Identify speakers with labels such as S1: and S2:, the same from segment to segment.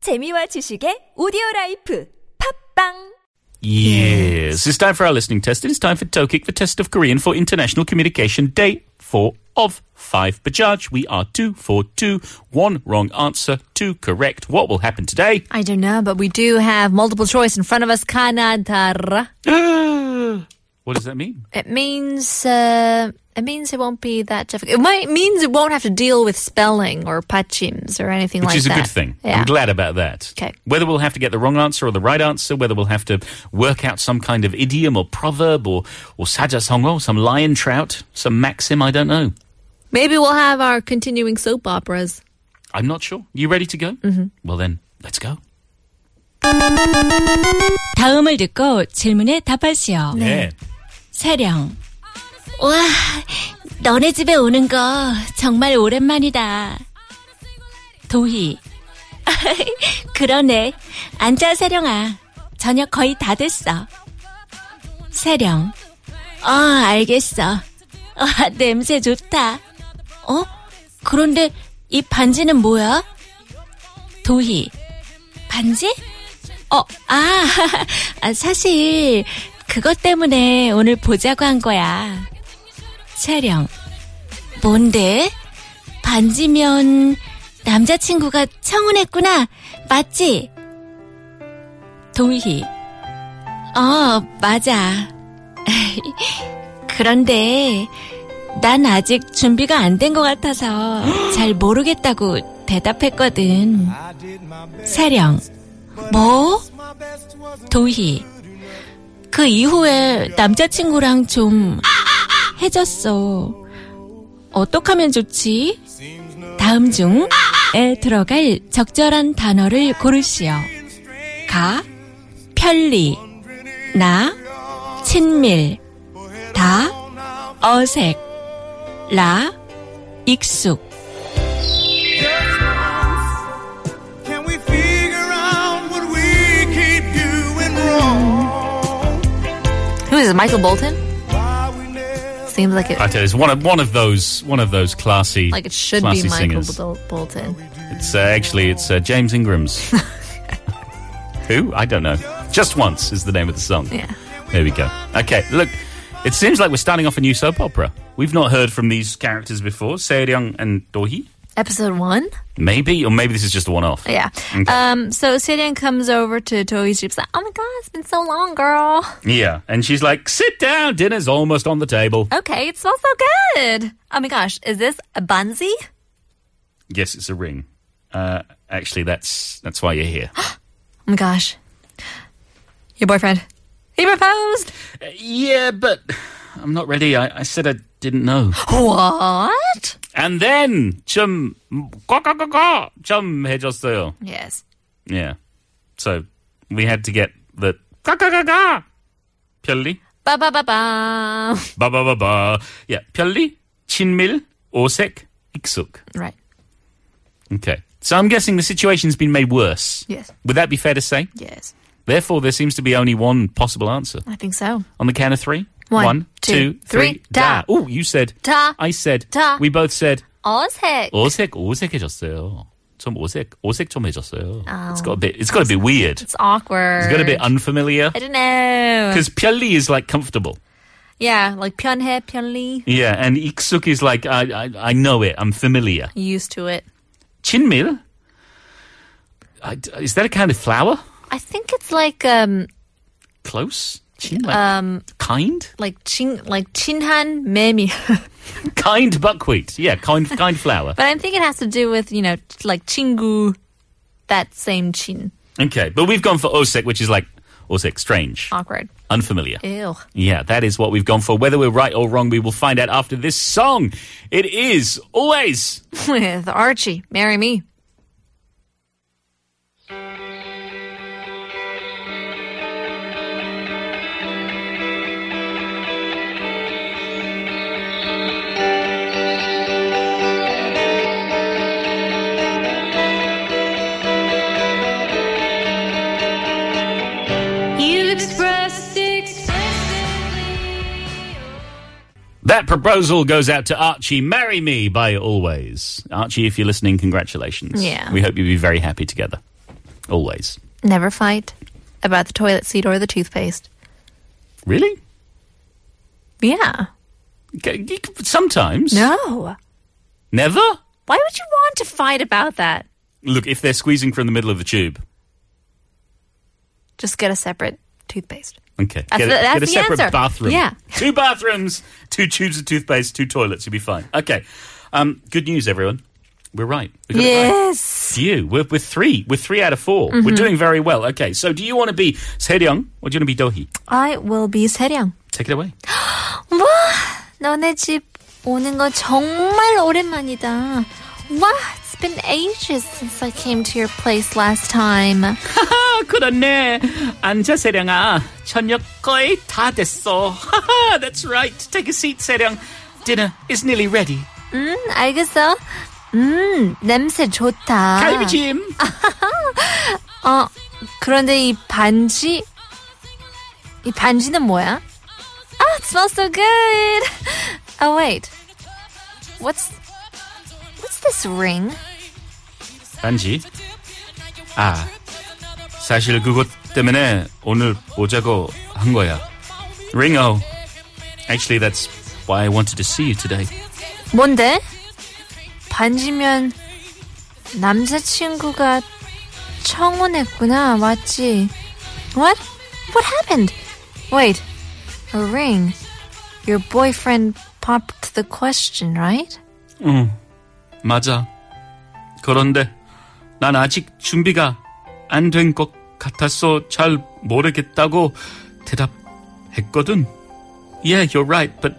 S1: 재미와 지식의 오디오 라이프 팝빵
S2: Yes. It's time for our listening test. It is time for Tokik, the test of Korean for International Communication Day. Four of five. Bajaj, we are two for two. One wrong answer, two correct. What will happen today?
S3: I don't know, but we do have multiple choice in front of us. Kanadara.
S2: what does that mean?
S3: It means uh, it means it won't be that difficult. It might, means it won't have to deal with spelling or pachims or anything
S2: Which
S3: like
S2: is a
S3: that.
S2: good thing.
S3: Yeah.
S2: I'm glad about that.
S3: 'Kay.
S2: Whether we'll have to get the wrong answer or the right answer, whether we'll have to work out some kind of idiom or proverb or, or sajasongo, some lion trout, some maxim, I don't know.
S3: Maybe we'll have our continuing soap operas.
S2: I'm not sure. You ready to go? Mm-hmm. Well then, let's go.
S4: 다음을 듣고 질문에 답하시오.
S2: Yeah.
S4: 세령. 네. 와, 너네 집에 오는 거 정말 오랜만이다. 도희. 그러네. 앉아, 세령아. 저녁 거의 다 됐어. 세령. 어, 알겠어. 와, 냄새 좋다. 어? 그런데 이 반지는 뭐야? 도희. 반지? 어, 아, 아, 사실 그것 때문에 오늘 보자고 한 거야. 촬영. 뭔데? 반지면 남자친구가 청혼했구나. 맞지? 동희. 어, 맞아. 그런데 난 아직 준비가 안 된 것 같아서 잘 모르겠다고 대답했거든. 세령. 뭐? 도희. 그 이후에 남자친구랑 좀 해졌어. 어떡하면 좋지? 다음 중에 들어갈 적절한 단어를 고르시오. 가, 편리, 나, 친밀, 다, 어색, 라, 익숙.
S5: Can we figure out what we keep doing wrong?
S3: Who is it? Michael Bolton?
S5: Why we never
S3: Seems like it.
S2: I tell you, it's one of one of those one of those classy
S3: Like it should
S2: classy
S3: be Michael
S2: singers.
S3: Bol- Bolton.
S2: It's uh, actually it's uh, James Ingram's. Who I don't know. Just once is the name of the song.
S3: Yeah.
S2: There we go. Okay, look, it seems like we're starting off a new soap opera. We've not heard from these characters before, Seoryung and Dohee.
S3: Episode one?
S2: Maybe, or maybe this is just a one-off.
S3: Yeah.
S2: Okay.
S3: Um, so Sidian comes over to Toei's She's like, oh my god, it's been so long, girl.
S2: Yeah, and she's like, "Sit down, dinner's almost on the table."
S3: Okay, it smells so good. Oh my gosh, is this a bunzi?
S2: Yes, it's a ring. Uh, actually, that's that's why you're here.
S3: Oh my gosh. Your boyfriend. He proposed.
S2: yeah, but I'm not ready. I, I said I didn't know.
S3: What?
S2: And then 좀 꽈꽈꽈꽈 좀 해줬어요.
S3: Yes.
S2: Yeah. So we had to get the 꽈꽈꽈꽈 편리
S3: Ba ba ba ba.
S2: 바바바바 yeah 편리 친밀 오색 익숙.
S3: Right.
S2: Okay. So I'm guessing the situation's been made worse.
S3: Yes.
S2: Would that be fair to say?
S3: Yes.
S2: Therefore, there seems to be only one possible answer.
S3: I think so.
S2: On the count of three.
S3: One,
S2: One, two,
S3: two,
S2: three,
S3: three,
S2: da.
S3: da.
S2: Oh, you said
S3: Da.
S2: I said
S3: Da.
S2: We both said
S3: 어색.
S2: 어색 어색해졌어요. 좀 어색 어색 좀 해졌어요. It's got a bit. It's got a bit weird.
S3: It's awkward.
S2: It's got a bit unfamiliar
S3: I don't know.
S2: because Pyeli is like comfortable.
S3: Yeah, like Pyonhe, Pyonli.
S2: Yeah, and Iksuk is like I I, I know it. I'm familiar.
S3: Used to it.
S2: Chinmil. I, is that a kind of flower?
S3: I think it's like um
S2: Close. Chin, like, um, kind,
S3: like chin like chinhan memi.
S2: kind buckwheat. Yeah, kind, kind flower.
S3: but I think it has to do with, you know, like chingu that same chin.
S2: Okay, but we've gone for osek, which is like osek, strange,
S3: Awkward.
S2: unfamiliar.
S3: Ew.
S2: Yeah, that is what we've gone for. Whether we're right or wrong, we will find out after this song. It is always
S3: with Archie, marry me.
S2: That proposal goes out to Archie. Marry me by always. Archie, if you're listening, congratulations.
S3: Yeah.
S2: We hope you'll be very happy together. Always.
S3: Never fight about the toilet seat or the toothpaste.
S2: Really?
S3: Yeah.
S2: G- g- Sometimes.
S3: No.
S2: Never?
S3: Why would you want to fight about that?
S2: Look, if they're squeezing from the middle of the tube.
S3: Just get a separate toothpaste.
S2: Okay.
S3: That's
S2: get a,
S3: the- that's
S2: get a
S3: the
S2: separate
S3: answer.
S2: bathroom.
S3: Yeah.
S2: Two bathrooms, two tubes of toothpaste, two toilets. You'll be fine. Okay. Um, good news, everyone. We're right. We got it right.
S3: Yes.
S2: you. We're, we're three. We're three out of 4 we We're doing very well. Okay, so do you want to be Seryong or do you want to be Dohi?
S3: I will be 세령.
S2: Take it away.
S3: 와, 너네 집 오는 거 정말 오랜만이다. 와, it's been ages since I came to your place last time.
S2: 아, 그렇네. 앉아, 세령아. 저녁 거의 다 됐어. That's right. Take a seat, 세령. Dinner is nearly ready.
S3: 음, 알겠어. 음, 냄새 좋다.
S2: Ah. 갈비찜.
S3: 어, 그런데 이 반지, 이 반지는 뭐야? Ah, it smells so good. Oh wait, what's what's this ring?
S2: 단지. 아, 사실 그것 때문에 오늘 오자고 한 거야. Ringo. Actually, that's why I wanted to see you today.
S3: 뭔데? 반지면 남자친구가 청혼했구나, 맞지? What? What happened? Wait, a ring. Your boyfriend popped the question, right?
S2: 맞아. 그런데 난 아직 준비가 안 된 것 같아서 잘 모르겠다고 대답했거든. Yeah, you're right, but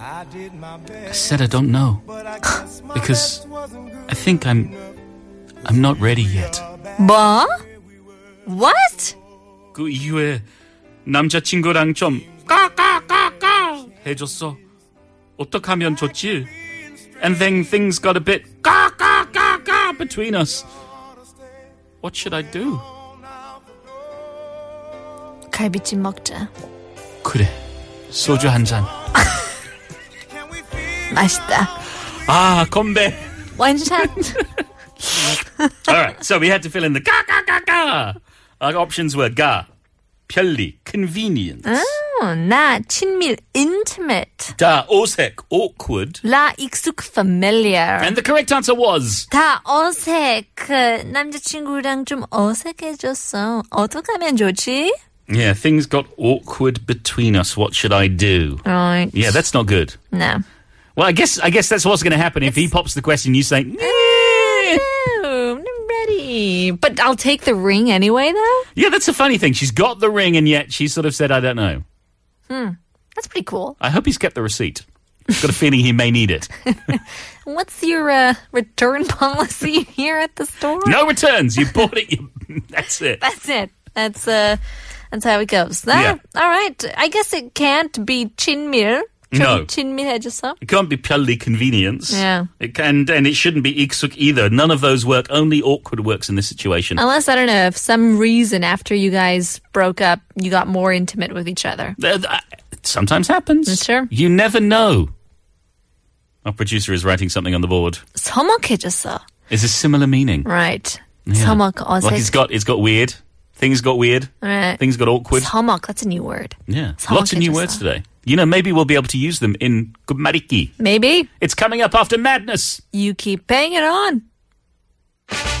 S5: I did my
S2: I
S5: best,
S2: said I don't know.
S5: but I guess my
S2: Because
S5: best wasn't good
S2: I think I'm I'm not ready yet.
S3: 뭐? What?
S2: 그 이후에 남자친구랑 좀 까까까까 해줬어. 어떻게 하면 좋지? And then things got a bit 까까까까 between us. What should I do?
S3: 갈비찜 먹자.
S2: 그래 소주 한잔
S5: Can we figure
S3: 맛있다.
S2: 아 건배
S3: 원샷.
S2: alright so we had to fill in the ga ga ga ga our options were ga 편리 convenient
S3: 어, 나 친밀 intimate.
S2: 다 어색 awkward
S3: 라 익숙 familiar.
S2: and the correct answer was
S3: 다 어색. 그 남자친구랑 좀 어색해졌어. 어떡하면 좋지?
S2: yeah things got awkward between us what should I do
S3: Right.
S2: yeah that's not good
S3: No.
S2: well I guess I guess that's what's going to happen if he pops the question you say "Nah."
S3: No, I'm not ready. But I'll take the ring anyway, though.
S2: yeah that's a funny thing she's got the ring and yet she sort of said I don't know
S3: That's pretty cool.
S2: I hope he's kept the receipt got a feeling he may need it
S3: What's your uh, return policy here at the store?
S2: No returns. You bought it. You, that's it.
S3: That's it. That's uh, that's how it goes. Ah, All right. I guess it can't be chinmil.
S2: No.
S3: 친밀해졌어?
S2: It can't be purely convenience.
S3: Yeah.
S2: It can, and it shouldn't be iksuk either. None of those work. Only awkward works in this situation.
S3: Unless I don't know, if some reason after you guys broke up, you got more intimate with each other.
S2: Uh, th- It sometimes happens.
S3: Sure.
S2: You never know. Our producer is writing something on the board.
S3: 서먹해졌어.
S2: Is a similar meaning.
S3: Right.
S2: Yeah.
S3: 서먹
S2: Like it's
S3: 어색.
S2: got it's got weird. Things got weird.
S3: Right.
S2: Things got awkward.
S3: 서먹. That's a new word.
S2: yeah.
S3: Someone
S2: Lots of
S3: can
S2: new
S3: just
S2: words
S3: say.
S2: today. You know, maybe we'll be able to use them in Gumariki.
S3: Maybe
S2: It's coming up after madness.
S3: you keep paying it on.